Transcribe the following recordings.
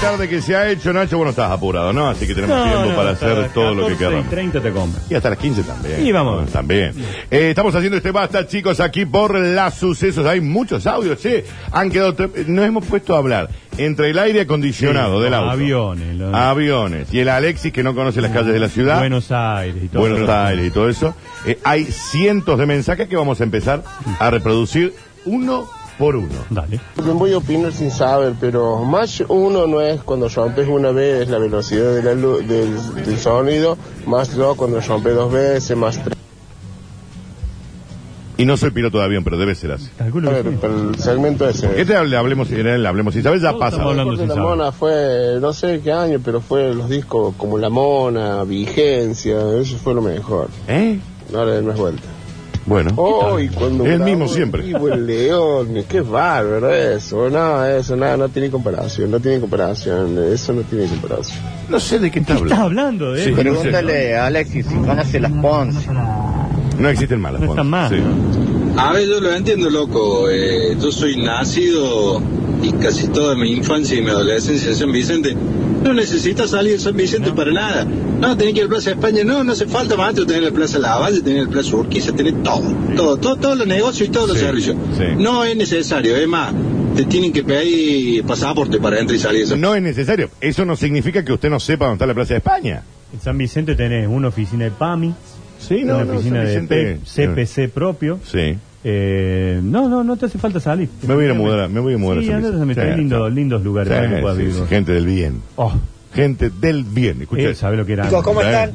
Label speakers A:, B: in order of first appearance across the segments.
A: tarde que se ha hecho, Nacho. Bueno, estás apurado, ¿no? Así que tenemos
B: No,
A: tiempo
B: no,
A: para
B: hasta
A: hacer todo lo que
B: 14 y
A: queramos.
B: 30 te compras.
A: Y hasta las 15 también.
B: Y vamos.
A: Bueno, También. Eh, estamos haciendo este basta, chicos, aquí por las sucesos. Hay muchos audios, che. Han quedado. tre- Nos hemos puesto a hablar entre el aire acondicionado
B: Sí,
A: del auto. Ah,
B: aviones, los-
A: Aviones. Y el Alexis, que no conoce las calles de la ciudad.
B: Buenos Aires y todo.
A: Buenos Aires y todo eso. Eh, hay cientos de mensajes que vamos a empezar a reproducir uno por uno.
B: Dale.
C: Me Pues voy a opinar sin saber, pero más uno no es cuando rompes una vez la velocidad de la lu- del, del sonido, más dos cuando rompes dos veces, más tres.
A: Y no soy piloto de avión, pero debe ser así.
B: Calculo
C: A
B: que
C: ver,
B: sí.
C: pero el segmento ese.
A: Este hable- hablemos, en el hablemos. Si sabes, ya
B: Todos
A: pasa.
B: estamos hablando.
C: de
B: sin
C: la
B: saber.
C: Mona fue, no sé qué año, pero fue los discos como La Mona, Vigencia, eso fue lo mejor.
A: ¿Eh?
C: No le des más vuelta.
A: Bueno.
C: Oh, y cuando
A: El
C: grabó
A: mismo siempre.
C: Vivo el León, qué bárbaro eso. No, eso, nada, no tiene comparación, no tiene comparación, eso no tiene comparación.
A: No sé de qué está
B: Estás
A: hablando.
B: hablando de
A: Sí.
B: eso?
D: Pregúntale a Alexis si conoce las Ponce.
A: No existen malas.
B: No
A: Juan.
B: están más.
A: Sí.
E: A ver, yo lo entiendo, loco. Eh, yo soy nacido y casi toda mi infancia y mi adolescencia en San Vicente. No necesitas salir de San Vicente para nada. No, tenés que ir a la Plaza de España. No, no hace falta, maestro. Tenés la Plaza Lavalle, tenés la Plaza Urquiza, tenés todo. Todo, todo, todos los negocios y todos los
A: Sí,
E: servicios.
A: sí.
E: No es necesario. Es más, te tienen que pedir pasaporte para entrar y salir de San
A: No es necesario. Eso no significa que usted no sepa dónde está la Plaza de España.
B: En San Vicente tenés una oficina de PAMI,
A: Sí,
B: una oficina
A: San Vicente-
B: de P- CPC propio.
A: Sí.
B: Eh, no, no, no te hace falta salir.
A: Me voy a ir a mudar, a- me voy a mudar a
B: Sí,
A: San
B: andate a San
A: Vicente.
B: Vicente,
A: Sí,
B: lindo-
A: sí.
B: lindos lugares
A: Sí,
B: para que puedas
A: sí,
B: vivir.
A: sí, gente del bien.
B: Oh,
A: Gente del bien. Escucha.
B: él sabe lo que era.
F: Chicos, ¿cómo
A: Sí.
F: están?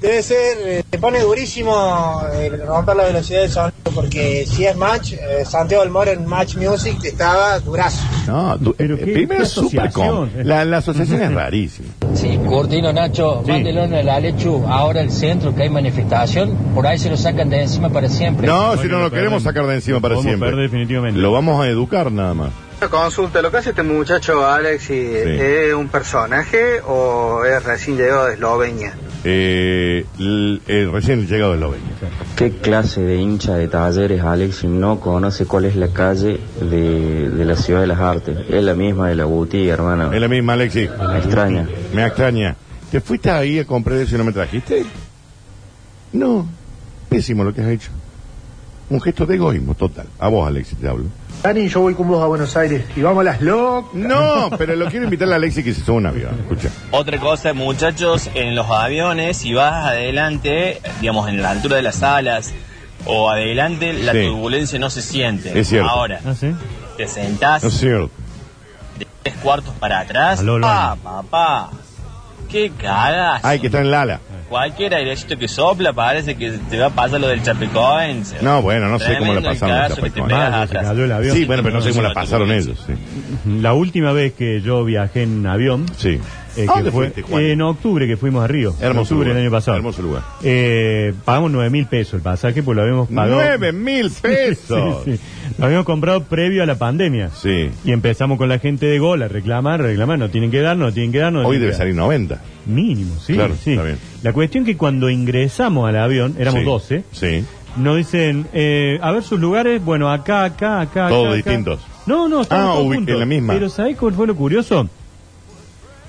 F: Debe ser, eh, se pone durísimo eh, romper la velocidad del sonido, porque si es match, eh, Santiago del Moro en Match Music estaba durazo.
A: No, tú-
B: Pero
A: eh,
B: qué-
A: primero
B: qué
A: es súper
B: asociación. eh.
A: com- La, la asociación es rarísima.
G: Sí, Curtino, Nacho,
B: Sí.
G: mándelo en el Alechu, ahora el centro que hay manifestación, por ahí se lo sacan de encima para siempre.
A: No,
B: No,
A: si
B: que
A: no
B: lo
A: lo queremos
B: perden.
A: sacar de encima
B: Lo
A: para
B: podemos
A: siempre.
B: perder definitivamente.
A: Lo vamos a educar nada más.
H: Una consulta, lo que hace este muchacho Alexis ¿es un personaje o es recién llegado de Eslovenia?
A: Eh, l- eh, recién llegado de Eslovenia.
I: ¿Qué clase de hincha de talleres Alexis no conoce cuál es la calle de, de la ciudad de las artes? Es la misma de la Guti, hermano.
A: Es la misma, Alexis.
I: Me extraña.
A: Me extraña. ¿Te fuiste ahí a comprar eso y no me trajiste? No. Pésimo lo que has hecho. Un gesto de egoísmo total. A vos, Alexis, te hablo.
F: Dani, yo voy con vos a Buenos Aires y vamos a las locas.
A: No, pero lo quiero invitar a Alexis que se suba a un avión. Escucha.
J: Otra cosa, muchachos, en los aviones, si vas adelante, digamos en la altura de las alas o adelante, la
A: Sí.
J: turbulencia no se siente.
A: Es cierto.
J: Ahora,
B: Ah, sí.
J: te sentás
A: No es cierto.
J: tres cuartos para atrás.
B: Aló, Lola.
J: ¡Pa, papá! ¡Qué cagas!
A: Ay, que está en Lala.
J: Cualquier airecito que sopla parece que te va a pasar lo del Chapecoin.
A: No, bueno, no sé cómo la pasaron en Chapecoin.
B: Mal, se cayó el avión.
A: Ah, Sí, bueno, pero no sé cómo la pasaron ellos. Sí.
B: La última vez que yo viajé en avión,
A: sí.
B: eh,
A: ¿A
B: que
A: dónde
B: fue
A: fuiste, Juan?
B: en octubre que fuimos a Río. en
A: Hermoso
B: octubre
A: lugar,
B: del año pasado.
A: hermoso lugar.
B: Eh, pagamos nueve mil pesos el pasaje, pues lo habíamos pagado.
A: ¡Nueve mil pesos!
B: Sí, sí. Lo habíamos comprado previo a la pandemia.
A: Sí.
B: Y empezamos con la gente de Gol a reclamar, reclamar, no tienen que dar, no tienen que dar, no
A: Hoy
B: tienen
A: debe
B: que dar.
A: salir 90.
B: Mínimo, sí.
A: Claro,
B: sí.
A: está bien.
B: La cuestión que cuando ingresamos al avión, éramos
A: Sí.
B: 12,
A: Sí.
B: nos dicen, eh, a ver sus lugares, bueno, acá, acá, acá.
A: Todos
B: acá, acá.
A: distintos.
B: No, no,
A: Ah,
B: estábamos todos
A: ubi-
B: juntos.
A: en la misma.
B: Pero ¿sabés cuál fue lo curioso?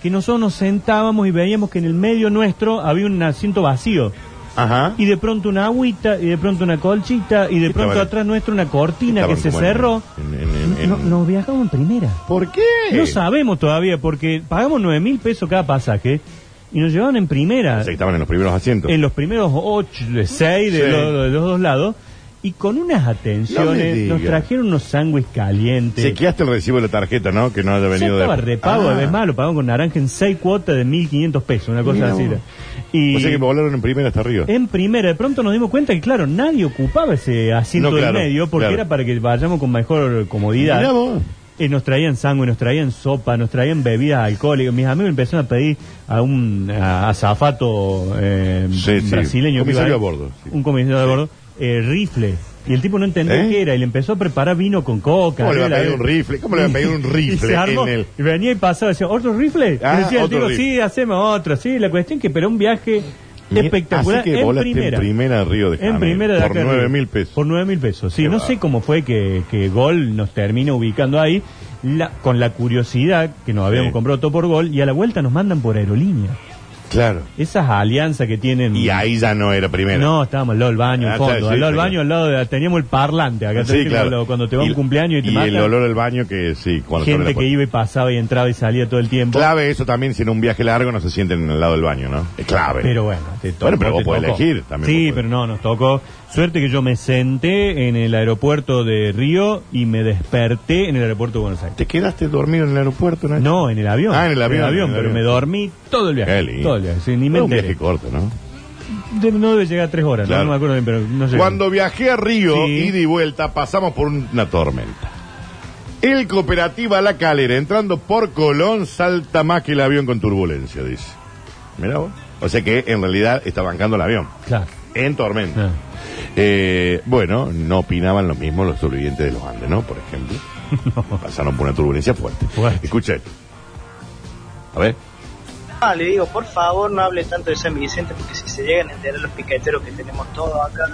B: Que nosotros nos sentábamos y veíamos que en el medio nuestro había un asiento vacío.
A: Ajá.
B: Y de pronto una agüita, y de pronto una colchita, y de
A: Estaban-
B: pronto atrás nuestro una cortina que
A: Estaban
B: se
A: como en-
B: cerró.
A: en- en- en-
B: No, nos viajamos en primera.
A: ¿Por qué?
B: No sabemos todavía porque pagamos nueve mil pesos cada pasaje y nos llevaban en primera
A: O sea, que estaban en los primeros asientos.
B: en los primeros ocho, de seis de,
A: Sí.
B: los, de los dos lados y con unas
A: No me
B: atenciones
A: digas.
B: nos trajeron unos sándwiches calientes.
A: Chequeaste el recibo de la tarjeta, ¿no? Que no haya
B: Ya
A: venido
B: estaba
A: de.
B: repago,
A: Ah.
B: además lo pagamos con naranja en seis cuotas de 1.500 pesos, una cosa
A: Mira
B: así.
A: vos.
B: era. Y
A: O sea que volaron en primera hasta arriba.
B: en primera, de pronto nos dimos cuenta que, claro, nadie ocupaba ese asiento
A: No, claro,
B: del medio porque
A: claro.
B: era para que vayamos con mejor comodidad.
A: Mirá vos.
B: Eh, nos traían sangre, nos traían sopa, nos traían bebidas alcohólicas. Mis amigos empezaron a pedir a un a- azafato eh,
A: Sí, sí.
B: brasileño. que iba
A: Comisario
B: ahí,
A: a bordo, sí.
B: Un comisario de bordo. eh, rifle. Y el tipo no entendió
A: ¿Eh?
B: qué era. Y le empezó a preparar vino con coca.
A: ¿Cómo le va a
B: era-
A: pedir un rifle? ¿Cómo le va a pedir un
B: eh. Y
A: rifle
B: se armó,
A: en el-
B: Y venía y pasaba y decía, ¿otro rifle?
A: Ah,
B: y decía el
A: otro
B: tipo,
A: rifle.
B: sí, hacemos otro. Sí, la cuestión que pero un viaje
A: Mira,
B: espectacular.
A: así que
B: en
A: volaste en
B: primera.
A: primera Pues, a Río de
B: En
A: Janeiro,
B: primera de
A: por
B: acá a Río.
A: nueve mil pesos.
B: Por 9 mil pesos. Sí,
A: Qué
B: no
A: bárbaro.
B: sé cómo fue que, que Gol nos termina ubicando ahí. la- con la curiosidad que nos habíamos
A: Sí.
B: comprado todo por gol y a la vuelta nos mandan por aerolínea.
A: Claro.
B: Esas alianzas que tienen.
A: Y ahí ya no era primero.
B: Mm. No, estábamos al lado del baño,
A: Ah,
B: al fondo.
A: está, sí,
B: al lado del
A: está
B: baño, al lado de- teníamos el parlante. Acá
A: Sí,
B: tenés
A: claro.
B: lo- cuando te va un cumpleaños y te matan,
A: el olor al baño que sí, cuando se abre
B: gente
A: la
B: que
A: puerta.
B: iba y pasaba y entraba y salía todo el tiempo.
A: Clave eso también, si en un viaje largo no se sienten al lado del baño, ¿no? Es clave.
B: Pero bueno, te tocó,
A: Bueno, pero vos
B: te
A: podés
B: tocó.
A: elegir también.
B: Sí,
A: vos podés.
B: pero no, nos tocó. Suerte que yo me senté en el aeropuerto de Río y me desperté en el aeropuerto de Buenos Aires.
A: ¿Te quedaste dormido en el aeropuerto, no?
B: No, en el avión.
A: Ah, en el avión, en el
B: pero
A: avión.
B: me dormí todo el
A: Qué
B: viaje.
A: lindo.
B: Todo el viaje. sí, ni me
A: Fue un
B: enteré.
A: viaje corto, ¿no?
B: De- no debe llegar a tres horas, ¿no?
A: Claro.
B: no, me acuerdo bien, pero no sé.
A: Cuando viajé a Río,
B: Sí.
A: ida y vuelta, pasamos por una tormenta. El Cooperativa La Calera, entrando por Colón, salta más que el avión con turbulencia, dice. Mirá vos. O sea que en realidad está bancando el avión.
B: Claro.
A: En tormenta.
B: Ah.
A: Eh, bueno, no opinaban lo mismo los sobrevivientes de los Andes, ¿no? Por ejemplo. Pasaron por una turbulencia fuerte.
B: Fuerte.
A: Escucha esto. A ver.
K: Ah, le digo, por favor, no hable tanto de San Vicente, porque si se llegan a enterar los piqueteros que tenemos todos acá,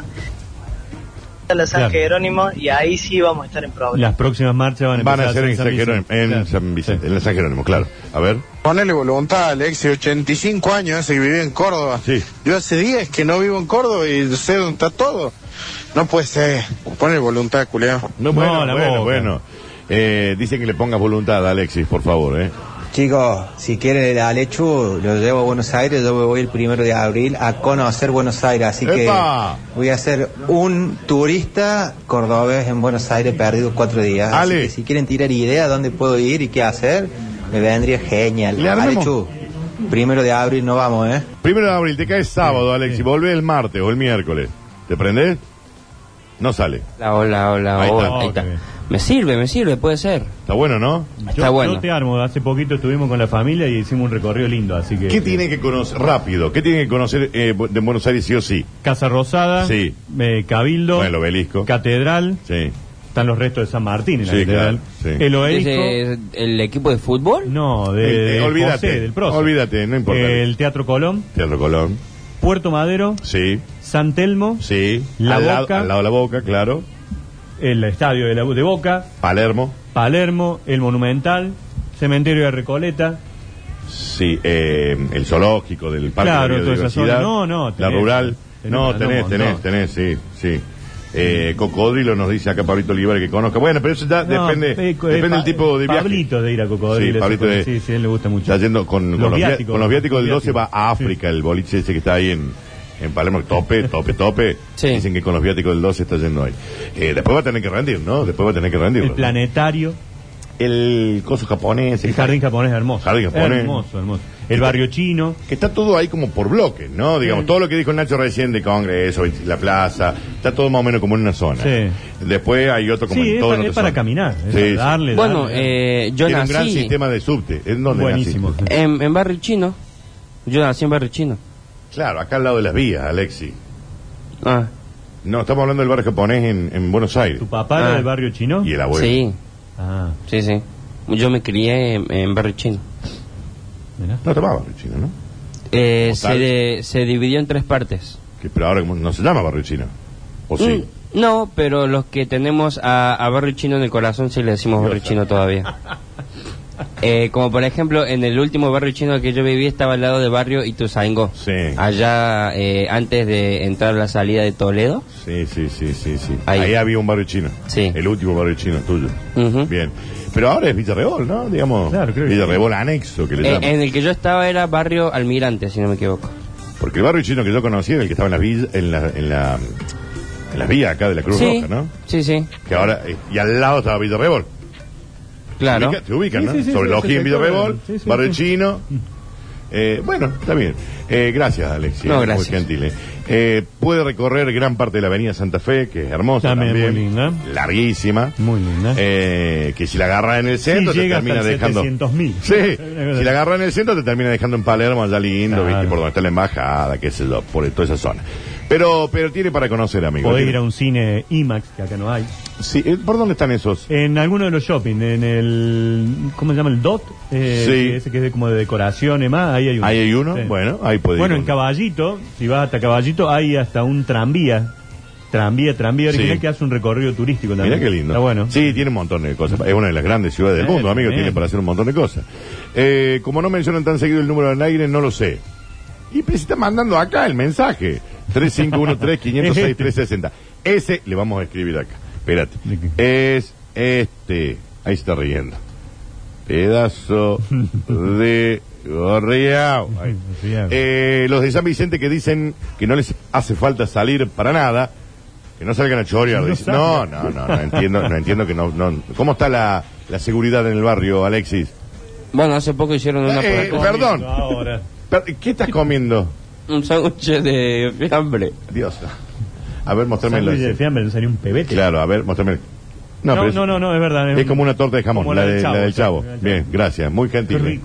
K: a la San
B: Claro.
K: Jerónimo, y ahí sí vamos a estar en problemas.
B: Las próximas marchas van a
A: Van
B: empezar
A: a ser en
B: hacer
A: San Jerónimo. En
B: Claro.
A: San Vicente, en la San Jerónimo, claro. A ver.
C: Ponele voluntad, Alexi, 85 años hace que viví en Córdoba.
A: Sí.
C: Yo hace 10 que no vivo en Córdoba y sé dónde está todo. No puede ser. Ponele voluntad, culeo.
A: No,
B: No,
A: bueno,
B: la
A: bueno,
B: boca.
A: bueno. Eh, dicen que le pongas voluntad a Alexis, por favor, ¿eh?
L: Chicos, si quieren el Alechu, lo llevo a Buenos Aires. Yo me voy el primero de abril a conocer Buenos Aires. Así
A: ¡Epa!
L: que voy a ser un turista cordobés en Buenos Aires perdido cuatro días. Así
A: Ale.
L: que si quieren tirar idea dónde puedo ir y qué hacer, me vendría genial.
A: Le armemos.
L: Alechu, primero de abril no vamos, ¿eh?
A: Primero de abril, te cae sábado, Alexis. Volvés el martes o el miércoles. ¿Te prendés? No sale.
I: Hola, hola, hola,
A: Ahí está.
I: hola. Ahí está.
B: Oh, qué bien.
I: Me sirve, me sirve, puede ser.
A: Está bueno, ¿no?
B: Yo-
I: Está
B: yo
I: bueno.
B: te armo. Hace poquito estuvimos con la familia y hicimos un recorrido lindo, así que.
A: ¿Qué tiene que conocer? Rápido. ¿Qué tiene que conocer eh, bu- de Buenos Aires sí o sí?
B: Casa Rosada,
A: Sí.
B: eh, Cabildo,
A: Bueno, el obelisco.
B: Catedral,
A: Sí.
B: están los restos de San Martín en la
A: Sí,
B: catedral.
A: claro, sí.
B: El obelisco.
I: Ese es ¿El equipo de fútbol?
B: No, de,
A: Eh, eh,
B: del
A: olvídate,
B: José, del Proce.
A: olvídate, no importa.
B: El Teatro Colón,
A: Teatro Colón.
B: Puerto Madero,
A: Sí.
B: San Telmo,
A: Sí.
B: La
A: al, lado-
B: Boca.
A: al lado de la boca, claro.
B: el Estadio de, la, de Boca,
A: Palermo.
B: Palermo, el Monumental, Cementerio de Recoleta.
A: Sí, eh, el zoológico del parque
B: Claro,
A: de la
B: toda esa
A: biodiversidad,
B: zona. No, no,
A: la
B: tenés.
A: rural.
B: Tenés
A: no,
B: un
A: tenés,
B: montón.
A: tenés, tenés, sí, sí. Eh, cocodrilo nos dice acá Pablito Olivar que conozca. Bueno, pero eso ya
B: No,
A: depende,
B: eh, co- eh,
A: depende
B: Pa-
A: del tipo de viaje.
B: Pablito de ir a Cocodrilo.
A: Sí,
B: ese
A: Pablito
B: con-
A: de-
B: sí, sí, a él le gusta mucho.
A: Está yendo con, con los, via- con los viáticos del 12 va a
B: Sí.
A: África, el boliche ese que está ahí en, en Palermo, tope, tope, tope.
I: Sí.
A: Dicen que con los viáticos del 12 está yendo ahí. Eh, después va a tener que rendir, ¿no? Después va a tener que rendir.
B: El planetario,
A: El coso japonés.
B: el jardín japonés hermoso.
A: Jardín japonés.
B: Hermoso, hermoso. El barrio chino.
A: que está todo ahí como por bloques, ¿no? Digamos, todo lo que dijo Nacho recién de Congreso, la plaza, está todo más o menos como en una zona.
B: Sí.
A: Después hay otro como
B: Sí,
A: en
B: es
A: todo
B: para- es para caminar, es para darle.
I: Bueno,
A: darle.
I: eh, yo
A: Tiene un gran
I: nací
A: sistema de subte. ¿En dónde
B: Buenísimo.
A: naciste?
I: en, en barrio chino. Yo nací en barrio chino.
A: Claro, acá al lado de las vías, Alexi.
I: Ah,
A: No, estamos hablando del barrio japonés en, en Buenos Aires.
B: ¿Tu papá era
I: Ah.
B: del barrio chino?
A: Y el abuelo.
I: sí,
B: Ah,
I: sí, sí. Yo me crié en, en barrio chino.
B: mirá.
A: No tomaba barrio chino, ¿no?
I: Eh,
A: ¿O
I: se,
A: tal?
I: de- se dividió en tres partes.
A: Que, pero ahora como no se llama barrio chino. ¿O sí?
I: Mm, no, pero los que tenemos a, a barrio chino en el corazón sí le decimos barrio chino todavía. Eh, como por ejemplo, en el último barrio chino que yo viví estaba al lado del barrio Ituzaingó.
A: Sí.
I: Allá eh, antes de entrar a la salida de Toledo.
A: Sí, sí, sí, sí, sí. Ahí.
I: Ahí.
A: había un barrio chino.
I: Sí.
A: El último barrio chino tuyo.
I: Ujú.
A: Bien. Pero ahora es Villarrebol, ¿no? Digamos.
B: Claro, creo que
A: Villarrebol anexo, que le
I: Eh,
A: llaman.
I: en el que yo estaba era barrio Almirante, si no me equivoco.
A: Porque el barrio chino que yo conocí era el que estaba en la villa, en la, en la, en la vía acá de la Cruz
I: sí,
A: Roja, ¿no?
I: sí, sí,
A: Que ahora, eh, y al lado estaba Villarrebol.
I: claro.
A: Ubica- Te ubican,
B: Sí,
A: ¿no?
B: sí, sí,
A: Sobre
B: sí,
A: la
B: ese
A: Ojí en
B: sector,
A: Villarrebol,
B: sí, sí,
A: barrio
B: sí.
A: chino. Eh, bueno, está bien. Eh, gracias, Alexis.
I: No,
A: Muy
I: gracias.
A: gentil. eh. Eh, puede recorrer gran parte de la avenida Santa Fe, que es hermosa
B: También
A: también.
B: muy linda.
A: Larguísima.
B: Muy linda.
A: Eh, que si la agarra en el centro
B: Sí,
A: te
B: llega
A: termina
B: hasta el
A: dejando
B: 700.000.
A: sí si la agarra en el centro te termina dejando en Palermo allá lindo
B: Claro.
A: viste por donde está la embajada qué sé yo por toda esa zona pero pero tiene para conocer amigo
B: Podés
A: Tiene-
B: ir a un cine IMAX, que acá no hay.
A: Sí, eh, por dónde están esos
B: En alguno de los shopping, en el. ¿Cómo se llama? El DOT. eh,
A: Sí.
B: Ese que es de, como de decoración y más. Ahí hay uno.
A: ahí hay uno
B: Sí.
A: bueno ahí puede
B: Bueno,
A: ir
B: en Caballito, si vas hasta Caballito, hay hasta un tranvía tranvía, tranvía original
A: Sí.
B: que hace un recorrido turístico también.
A: Mira qué lindo.
B: Está bueno.
A: Sí, tiene un montón de cosas. Es una de las grandes ciudades del
B: Eh,
A: mundo, amigo.
B: tremendo.
A: Tiene para hacer un montón de cosas. Eh, como no mencionan tan seguido el número del aire, no lo sé. Y pues está mandando acá el mensaje. 3513-506-360. Ese le vamos a escribir acá. Espérate. Es este. Ahí se está riendo. Pedazo de gorriao. Ahí. Eh, los de San Vicente que dicen que no les hace falta salir para nada, que no salgan a chorear.
B: No
A: dicen. No,
B: salgan.
A: no, no, no entiendo, no entiendo que no, no. ¿Cómo está la, la seguridad en el barrio, Alexis?
I: Bueno, hace poco hicieron una
A: Eh,
I: protesta.
A: perdón. Per- ¿Qué estás comiendo?
I: Un sándwich de fiambre.
A: Dios. A ver, mostrármelo.
B: Sándwich de fiambre, le salió un pebete.
A: Claro, a ver, mostrame. No,
B: No,
A: pero es,
B: no, no, no, es verdad.
A: es como una torta de jamón,
B: como
A: la, de- la del chavo.
B: sí, la del
A: Bien, gracias, muy gentil. eh.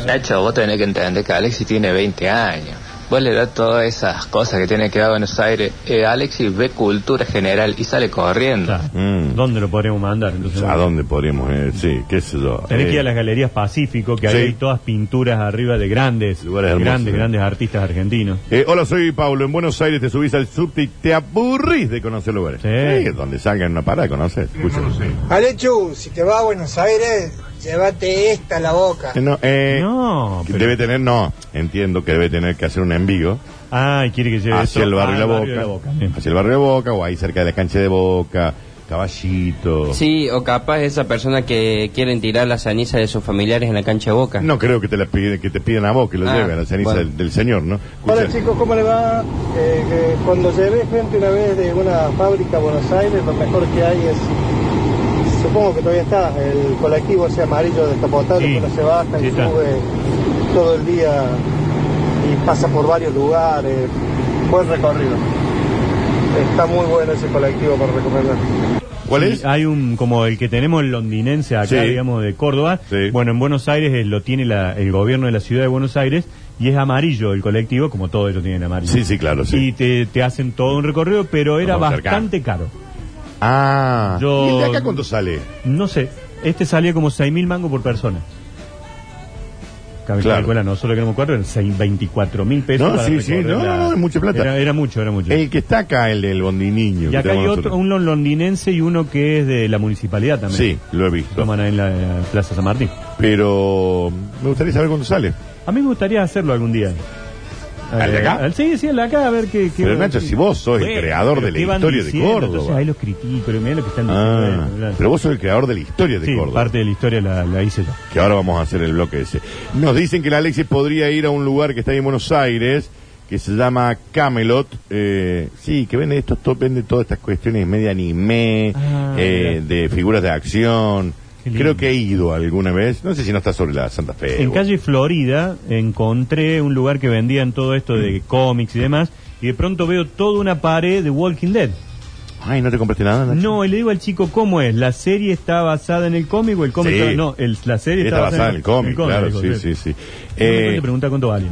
A: Sí.
M: Nacho, vos tenés que entender que Alexis tiene 20 años. Vos le das todas esas cosas que tiene que dar Buenos Aires. Eh, Alexis ve cultura general y sale corriendo.
A: Mm.
B: ¿Dónde lo podríamos mandar? Entonces,
A: ¿A dónde podríamos? eh? Sí, qué sé yo.
B: Tenés
A: Eh,
B: que ir a las galerías Pacífico, que
A: Sí.
B: hay todas pinturas arriba de grandes,
A: hermosos,
B: grandes,
A: eh.
B: grandes artistas argentinos.
A: Eh, hola, soy Pablo. En Buenos Aires te subís al subte y te aburrís de conocer lugares. Sí. donde salgan una parada, conoces. Escucha.
F: Alechu, si te vas a Buenos Aires, llévate esta a la boca.
A: Eh, No, eh,
B: no
A: que debe tener, no, entiendo que debe tener que hacer un envío
B: Ah, y quiere que lleve eso ah,
A: hacia el barrio,
B: al
A: de la,
B: de
A: Boca, Hacia el barrio de Boca o ahí cerca de la cancha de Boca, Caballito.
I: Sí, o capaz esa persona que quieren tirar la ceniza de sus familiares en la cancha de boca.
A: No creo que te, la piden, que te pidan a vos que lo
I: Ah,
A: lleven, la ceniza
I: bueno.
A: del, del señor, ¿no?
N: Hola
A: Escucha.
N: chicos, ¿cómo le va? Eh, eh, cuando llevé gente una vez de una fábrica a Buenos Aires, lo mejor que hay es, supongo que todavía está, el colectivo ese amarillo descapotable que no se baja y sube todo el día y pasa por varios lugares. Buen recorrido. Está muy bueno ese colectivo para recomendar.
A: ¿Cuál
B: es? Hay un, como el que tenemos el londinense acá,
A: Sí.
B: digamos, de Córdoba. Bueno, en Buenos Aires eh, lo tiene la- el gobierno de la ciudad de Buenos Aires y es amarillo el colectivo, como todos ellos tienen amarillo.
A: Sí, sí, claro, sí.
B: Y te, te hacen todo un recorrido, pero era
A: vamos a acercar.
B: bastante caro.
A: Ah,
B: Yo-
A: ¿y el de acá cuánto sale?
B: No sé, este salía como 6.000 mangos por persona. Cabe
A: Claro.
B: calcula, nosotros que no me acuerdo, eran 6 24.000 pesos.
A: No,
B: para
A: sí, sí,
B: recorrer
A: no,
B: la-
A: no, no, es mucha plata.
B: Era, era mucho, era mucho.
A: El que está acá, el del bondiniño.
B: Y
A: que
B: acá hay
A: tenemos
B: otro,
A: nosotros.
B: un londinense y uno que es de la municipalidad también.
A: Sí, lo he visto.
B: Toman ahí en la, eh, Plaza San Martín.
A: Pero me gustaría saber cuándo sale.
B: A mí me gustaría hacerlo algún día.
A: ¿Al de
B: Eh,
A: acá?
B: al- sí, sí, al de acá, a ver qué... qué
A: Pero Nacho, si vos sos el creador
B: pero
A: de la
B: ¿qué van
A: historia de
B: diciendo?
A: Córdoba.
B: Entonces ahí los critico, pero mirá lo que están
A: Ah,
B: diciendo. eh,
A: pero vos sos el creador de la historia de
B: Sí,
A: Córdoba.
B: parte de la historia la, la hice yo.
A: Que ahora vamos a hacer el bloque ese. Nos dicen que la Alexis podría ir a un lugar que está ahí en Buenos Aires, que se llama Camelot. eh, sí, que vende estos top, vende todas estas cuestiones media anime,
B: Ah,
A: eh, de figuras de acción. Creo que he ido alguna vez. No sé si no está sobre la Santa Fe.
B: En
A: o-
B: calle Florida encontré un lugar que vendían todo esto de
A: Mm.
B: cómics y demás, y de pronto veo toda una pared de Walking Dead.
A: Ay, ¿no te compraste nada, Nacho?
B: No, y le digo al chico cómo es. ¿La serie está basada en el cómic o el cómic?
A: Sí.
B: está- No, el- la serie
A: Está basada en el cómic, claro,
B: dijo,
A: sí, sí, sí.
B: Y después
A: Eh,
B: te pregunta cuánto valía.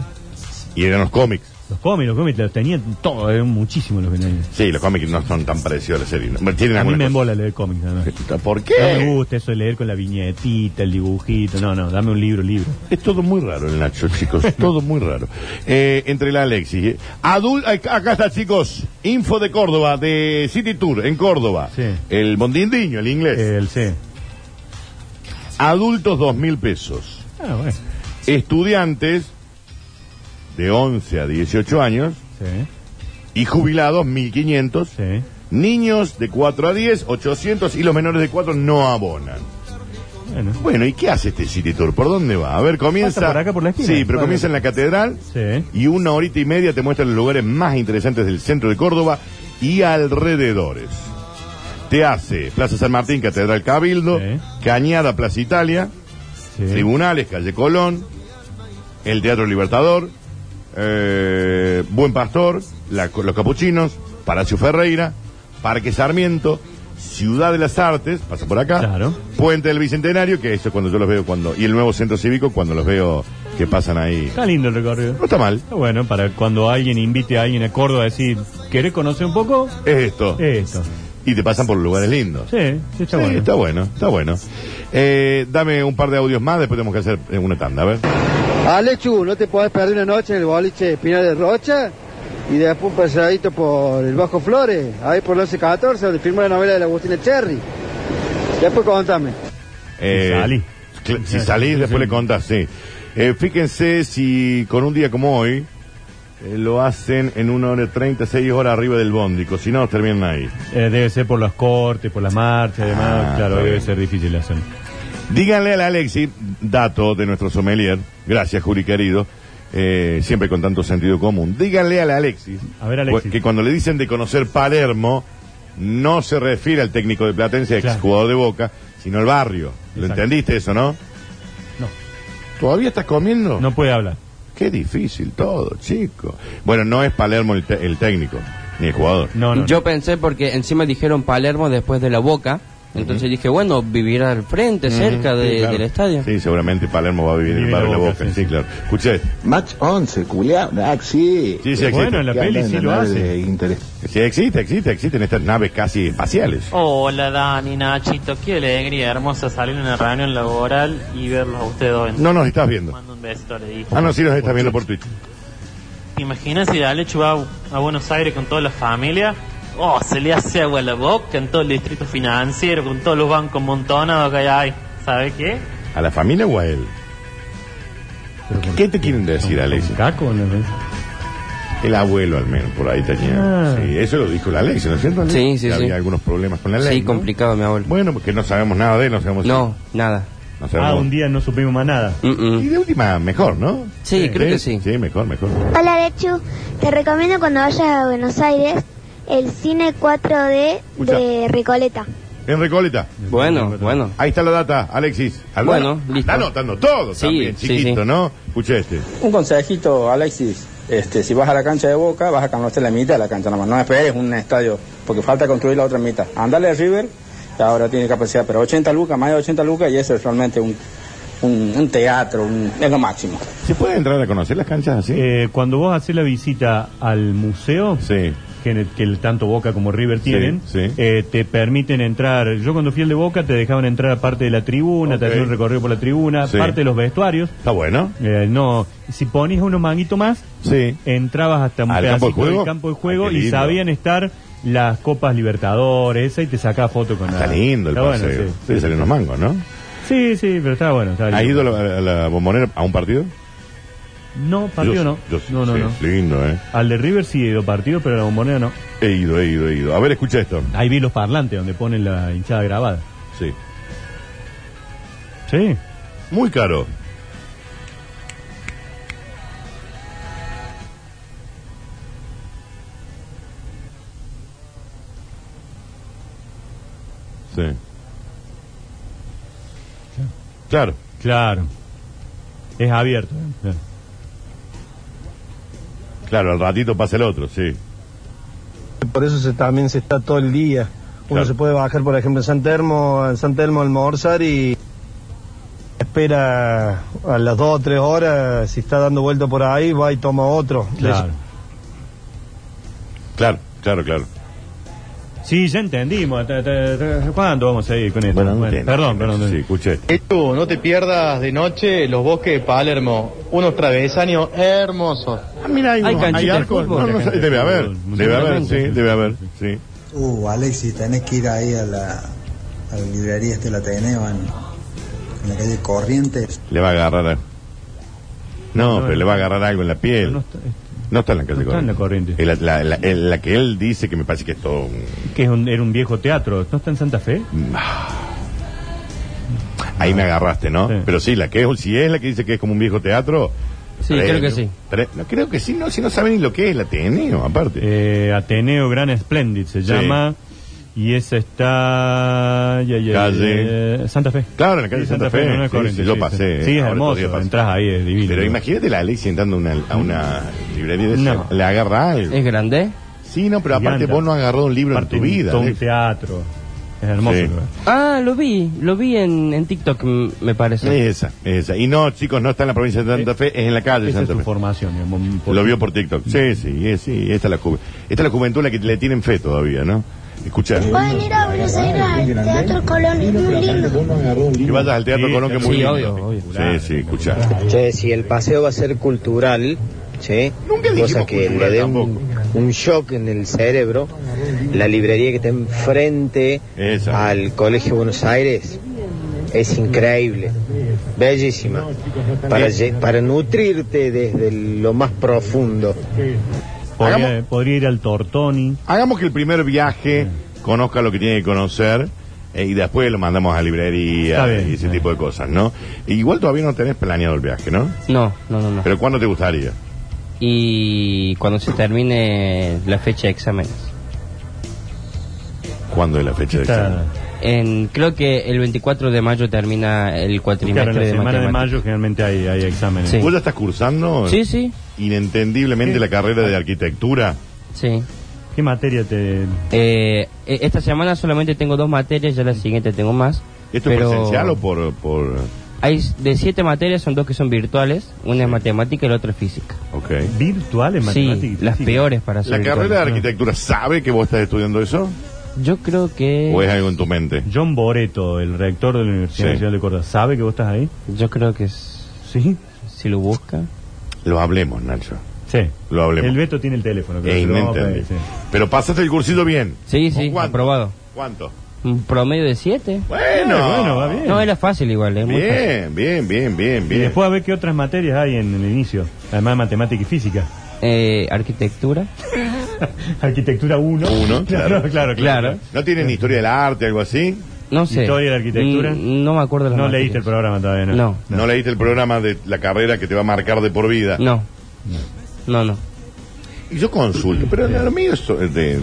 A: y eran los cómics.
B: Los cómics, los cómics, los tenían todo, eran muchísimos los vendían.
A: Sí, los cómics no son tan parecidos a la serie. ¿no? Bueno, Tienen
B: A mí
A: alguna
B: me
A: cosa.
B: embola leer cómics, nada más.
A: ¿Por qué?
B: No me gusta eso de leer con la viñetita, el dibujito. No, no, dame un libro, libro.
A: Es todo muy raro el Nacho, chicos. todo muy raro. Eh, entre la Alexis. eh. Adul- ay, acá está, chicos. Info de Córdoba, de City Tour, en Córdoba. El bondindiño, el inglés.
B: Eh, El C.
A: Adultos, dos mil pesos.
B: Ah, bueno.
A: Estudiantes, de 11 a 18 años.
B: Sí.
A: Y jubilados, 1500. Niños de 4 a 10, 800. Y los menores de 4 no abonan.
B: Bueno.
A: ¿y qué hace este City Tour? ¿Por dónde va? A ver, comienza.
B: Pasa por acá, por la esquina.
A: Sí, pero
B: Vale.
A: comienza en la catedral.
B: Sí.
A: y una horita y media te muestran los lugares más interesantes del centro de Córdoba y alrededores. Te hace Plaza San Martín, Catedral Cabildo, Cañada, Plaza Italia, Tribunales, Calle Colón, el Teatro Libertador, eh, Buen Pastor, la- Los Capuchinos, Palacio Ferreira, Parque Sarmiento, Ciudad de las Artes, pasa por acá, Puente del Bicentenario, que eso es cuando yo los veo cuando, y el nuevo centro cívico cuando los veo que pasan ahí.
B: Está lindo el recorrido.
A: No está mal.
B: Está Ah, bueno para cuando alguien invite a alguien a Córdoba a decir, ¿querés conocer un poco?
A: Es esto.
B: Esto.
A: Y te pasan por lugares lindos.
B: Sí, sí, está
A: Sí,
B: bueno.
A: está bueno, está bueno. Eh, dame un par de audios más, después tenemos que hacer eh, una tanda, a ver.
N: Alechu, no te podés perder una noche en el boliche Espinal de Rocha
O: y después pasadito por el Bajo Flores, ahí por el 1114, donde firmó la novela de la Agustina Cherry. Después contame.
A: Eh,
B: salí.
A: cl- Si salís, después le contás, sí. Eh, fíjense si con un día como hoy eh, lo hacen en una hora treinta, seis horas arriba del bóndico. Si no, terminan ahí.
B: Eh, debe ser por los cortes, por las marchas y demás.
A: Ah,
B: claro,
A: está
B: debe
A: bien.
B: ser difícil hacer.
A: Díganle al Alexis, dato de nuestro sommelier, gracias Juli querido, eh, siempre con tanto sentido común. Díganle al Alexis,
B: A ver, Alexis.
A: pues, que cuando le dicen de conocer Palermo, no se refiere al técnico de Platense, ex
B: Claro.
A: jugador de Boca, sino al barrio. ¿Lo
B: Exacto.
A: entendiste eso, no?
B: No.
A: ¿Todavía estás comiendo?
B: No puede hablar.
A: Qué difícil todo, chico. Bueno, no es Palermo el, te- el técnico, ni el jugador.
I: Yo pensé porque encima dijeron Palermo después de la Boca. Entonces dije, bueno, vivir al frente,
A: Ujú,
I: cerca de-
A: sí, claro.
I: del estadio.
A: Sí, seguramente Palermo va a vivir en el
I: Vivir la
A: barrio de la
I: Boca,
A: Boca, sí, claro. Escuché.
P: Match 11, culiao. Ah, sí.
A: Sí, sí existe. Sí, existe, existe, existen estas naves casi espaciales.
Q: Hola Dani, Nachito, qué alegría, hermosa salir en una reunión laboral y verlos a ustedes dos.
A: No nos estás viendo.
Q: Mando un besito, le dije.
A: Ah, no, sí nos estás viendo por Twitch.
Q: Imagina si Dalechu va a Buenos Aires con toda la familia. Oh, se le hace agua a la boca en todo el distrito financiero, con todos los bancos montonados que hay ahí. ¿Sabe qué?
A: ¿A la familia o a él? ¿Qué te quieren decir, Alexis?
B: ¿Caco?
A: El abuelo, al menos, por ahí tenía.
I: Ah.
A: Sí, eso lo dijo la Alexis, ¿no es cierto? Alexis?
I: Sí, sí,
A: Que
I: sí.
A: Había algunos problemas con la ley.
I: Sí,
A: ¿no?
I: complicado, mi abuelo.
A: Bueno, porque no sabemos nada de él, no sabemos.
I: No, nada. Mm,
A: No
B: Ah,
A: sabemos.
B: un día no supimos más nada.
A: Y de última, mejor, ¿no?
I: Sí, creo que
A: sí. Sí, mejor, mejor.
R: Hola Lechu, te recomiendo cuando vayas a Buenos Aires el cine 4D de
A: Escucha.
R: Recoleta.
A: En Recoleta.
I: Bueno, bueno.
A: Ahí está la data, Alexis.
I: Bueno,
A: listo. Está anotando todo
I: Sí,
A: también,
I: sí,
A: chiquito, ¿no? Escuché este.
P: Un consejito, Alexis. Este, si vas a la cancha de Boca, vas a conocer la mitad de la cancha nomás. No esperes un estadio, porque falta construir la otra mitad. Andale a River, que ahora tiene capacidad, pero 80 lucas, más de 80 lucas, y eso es realmente un, un, un teatro, un- es lo máximo.
A: ¿Se puede entrar a conocer las canchas así?
B: Eh, cuando vos haces la visita al museo, que, en el- que el- tanto Boca como River tienen, eh, te permiten entrar. Yo cuando fui al de Boca te dejaban entrar a parte de la tribuna, te
A: Ok.
B: hacían un recorrido por la tribuna,
A: Sí.
B: parte de los vestuarios.
A: Está bueno.
B: Eh, no, si ponías unos manguitos más,
A: Sí.
B: entrabas hasta un
A: ¿Al campo de
B: pedacito
A: juego?
B: del campo de juego
A: Ah, qué
B: y
A: lindo.
B: sabían estar las Copas Libertadores esa y te sacaba foto con
A: Ah, Está
B: la-
A: lindo el
B: Ah. Está bueno,
A: paseo.
B: sí.
A: Sí, salen los mangos, ¿no?
B: sí, sí, pero estaba bueno. estaba
A: ¿Ha
B: lindo.
A: ido a la, a la bombonera a un partido?
B: No, partido
A: Yo-
B: no.
A: yo sí,
B: no, no,
A: sí,
B: no.
A: Lindo, ¿eh?
B: Al de River sí he ido partido, pero a la bombonera no.
A: He ido, he ido, he ido. A ver, escucha esto.
B: Ahí vi los parlantes donde ponen la hinchada grabada.
A: Sí.
B: Sí.
A: Muy caro. Sí. Claro.
B: Claro. Es abierto. ¿eh?
A: Claro, al ratito pasa el otro, sí.
N: Por eso se, también se está todo el día. Uno
A: Claro.
N: se puede bajar, por ejemplo, en San Telmo, en San Telmo a almorzar y espera a las dos o tres horas, si está dando vuelta por ahí, va y toma otro.
B: Claro.
A: Claro, claro, claro.
B: Sí, ya entendimos. Ta- ta- ta- ¿Cuándo vamos a ir con esto? Bueno, perdón, perdón.
A: Sí, escuché.
S: Edu, no te pierdas de noche los bosques de Palermo, unos travesaños hermosos.
A: Ah, mira,
S: hay unos- hay
A: arcos. No, no sé, debe haber, debe haber, sí, debe haber, sí.
T: Uh, Alexis, tenés que ir ahí a la, a la librería este la Ateneo en, en la calle Corrientes.
A: Le va a agarrar. a- No, pero le va a agarrar algo en la piel. No está, en la calle
B: está en la
A: corriente. Eh, La, la- la- eh, la que él dice que me parece que es todo un-
B: Que es un- era un viejo teatro. ¿No está en Santa Fe?
A: Ahí me agarraste, ¿no? Pero sí, la que es, si es la que dice que es como un viejo teatro.
B: Sí, creo que sí.
A: tre- no, creo que sí, no, si no saben ni lo que es el Ateneo, aparte.
B: Eh, Ateneo Gran Splendid se
A: Sí.
B: llama. Y esa está. ya, ya,
A: Calle-
B: eh, Santa Fe.
A: Claro, en la calle
B: Sí,
A: Santa, Fe.
B: no, no,
A: sí,
B: Corrientes,
A: sí, yo
B: sí,
A: pasé.
B: Sí, Sí,
A: eh,
B: es
A: ahora
B: hermoso.
A: todavía paso.
B: Entras ahí, es divino.
A: Pero imagínate la Alexis entrando a una, a una librería de esa,
B: No.
A: Le agarra algo.
I: ¿Es grande?
A: Sí, no, pero aparte
B: Gigante.
A: vos no agarró un libro
B: Aparte,
A: en tu vida. ¿eh?
B: todo un
A: Alexis.
B: teatro. Es hermoso.
A: Sí.
B: lugar.
I: Ah, lo vi, lo vi en, en TikTok, m- me parece.
A: Es esa, es esa. Y no, chicos, no está en la provincia de Santa Fe, es en la calle de
B: Esa es
A: Santa
B: su
A: Fe.
B: formación. digamos, un poco.
A: Lo vio por TikTok. Sí, sí, es- sí. Esta es la, ju- esta es la juventud a la que le tienen fe todavía, ¿no? Escuchá.
R: Pueden ir a Buenos Aires al Teatro Colón, es muy lindo.
A: Que vayas al Teatro Colón, que es muy
U: Sí,
A: lindo.
U: obvio,
A: Sí, sí, escuchá.
U: Che, si el paseo va a ser cultural, ¿sí?
A: Nunca
U: Cosa
A: dijimos
U: que
A: cultural
U: le dé un
D: un shock en el cerebro. La librería que está enfrente
A: Ah.
D: al Colegio Buenos Aires es increíble, bellísima, para, lle- para nutrirte desde lo más profundo.
B: Podría, podría ir al Tortoni.
A: Hagamos que el primer viaje conozca lo que tiene que conocer eh, y después lo mandamos a librería
I: Está bien,
A: y ese tipo de cosas, ¿no? E igual todavía no tenés planeado el viaje, ¿no?
I: No, no, no, no.
A: Pero ¿cuándo te gustaría?
I: Y cuando se termine la fecha de exámenes.
A: ¿Cuándo es la fecha de
I: Está-
A: examen?
I: En, creo que el 24 de mayo termina el
B: Claro,
I: cuatrimestre
B: en la
I: de
B: semana de
I: matemáticas.
B: mayo generalmente hay, hay exámenes.
I: Sí.
A: ¿Vos ya estás cursando?
I: Sí, sí.
A: Inentendiblemente la carrera de arquitectura.
I: Sí.
B: ¿Qué materia te...?
I: Eh, e- esta semana solamente tengo dos materias, ya la siguiente tengo más.
A: ¿Esto
I: pero
A: es presencial o por...? por...
I: Hay s- de siete materias, son dos que son virtuales, una es matemática y la otra es física.
A: Ok.
B: ¿Virtuales
I: Sí, las peores para ser
A: ¿La
I: virtuales.
A: carrera de arquitectura sabe que vos estás estudiando eso?
I: Yo creo que...
A: ¿O es algo en tu mente?
B: John Boreto, el rector de la Universidad
A: Sí.
B: Nacional de Córdoba, ¿sabe que vos estás ahí?
I: Yo creo que es...
B: ¿Sí?
I: Si lo busca.
A: Lo hablemos, Nacho.
B: Sí.
A: Lo hablemos.
B: El Beto tiene el teléfono. creo
A: Es
B: que lo vamos a pedir,
A: inentendible. Pero pasaste el cursito bien.
I: Sí, sí,
A: ¿Cuánto?
I: aprobado.
A: ¿Cuánto?
I: Un promedio de siete.
A: Bueno. Eh, bueno, va bien.
I: No, era fácil igual, eh, muy fácil.
A: Bien, bien, bien, bien,
B: Y
A: bien.
B: después a ver qué otras materias hay en el inicio, además de matemática y física.
I: Eh, arquitectura.
B: Arquitectura 1.
A: Uno, claro.
B: claro, claro.
A: ¿No tienen historia del arte, algo así?
I: No sé.
B: Historia de la arquitectura.
I: Mm, no me acuerdo las
B: No
I: materias.
B: leíste el programa todavía, ¿no?
I: No.
A: ¿No leíste el programa de la carrera que te va a marcar de por vida?
I: No. No, no.
A: Y yo consulto, pero lo mío es de, de-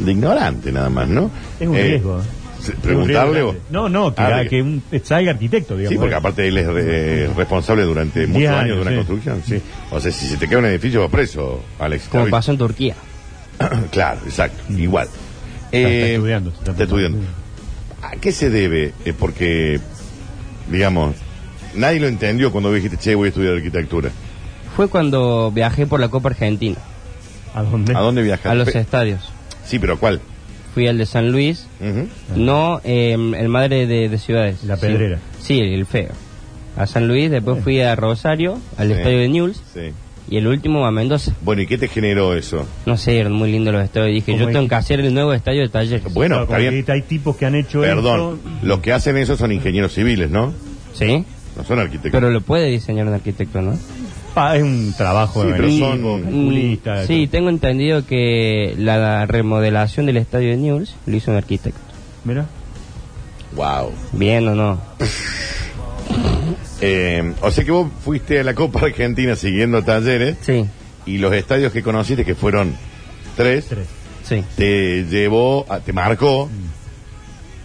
A: de ignorante nada más, ¿no?
B: Es un
A: Eh,
B: riesgo. ¿eh?
A: se-
B: Es un riesgo
A: Preguntarle. o-
B: grande. No, no, que,
A: Ah,
B: ah,
A: de-
B: que un, salga arquitecto, digamos.
A: Sí, porque aparte él es eh, responsable durante muchos
B: Diez
A: años,
B: años,
A: de una
B: sí.
A: construcción, sí. O sea, si se te queda un edificio, vas preso, Alex.
I: Como
A: Hoy-
I: pasó en Turquía.
A: claro, exacto, igual. Eh,
B: estudiando,
A: Está estudiando. ¿A qué se debe? Eh, porque, digamos, nadie lo entendió cuando vos dijiste, che, voy a estudiar arquitectura.
I: Fue cuando viajé por la Copa Argentina.
B: ¿A dónde?
A: ¿A dónde viajaste?
I: A los
A: Pe-
I: estadios.
A: Sí, pero ¿cuál?
I: Fui al de San Luis.
A: Ujú.
I: No, eh, el madre de, de ciudades.
B: Ah. La
I: Sí.
B: Pedrera.
I: Sí, el, el feo. A San Luis, después fui a Rosario, al
A: Sí.
I: estadio de Newell's.
A: Sí.
I: Y el último a Mendoza.
A: Bueno, ¿y qué te generó eso?
I: No sé, eran muy lindos los estadios. Dije,
A: Como
I: yo
A: es
I: tengo
A: que-
I: que hacer el nuevo estadio de talleres.
A: Bueno,
B: Claro,
A: está
B: como
A: bien.
B: que Hay tipos que han hecho
A: Perdón, los que hacen eso son ingenieros civiles, ¿no?
I: Sí.
A: No son arquitectos.
I: Pero lo puede diseñar un arquitecto, ¿no?
B: eso. Pa, es un trabajo.
A: Sí,
B: de
A: pero
B: equipo,
A: son-
B: calculista,
I: Mm, sí, tengo entendido que la remodelación del estadio de Newell's lo hizo un arquitecto.
B: Mira.
A: Wow.
I: ¿Bien o no?
A: Eh, o sea que vos fuiste a la Copa Argentina siguiendo talleres.
I: Sí.
A: Y los estadios que conociste, que fueron tres,
I: Sí.
A: te llevó, a- te marcó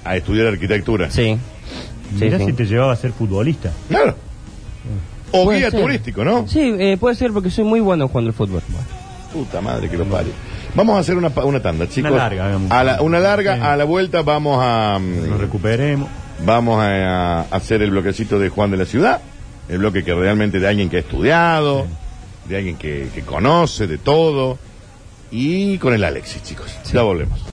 A: a estudiar arquitectura.
I: Sí.
B: Mirá si te llevaba a ser futbolista.
A: Claro. O
I: Puede
A: guía
I: ser.
A: turístico, ¿no?
I: Sí, eh, puede ser porque soy muy bueno jugando al fútbol.
A: Puta madre que lo pare. Vamos a hacer una, pa- una tanda, chicos.
B: larga, hagamos.
A: A la- una larga, a la vuelta vamos a... mm,
B: Nos recuperemos.
A: Vamos a, a hacer el bloquecito de Juan de la Ciudad, el bloque que realmente de alguien que ha estudiado, de alguien que, que conoce de todo, y con el Alexis, chicos. Ya volvemos.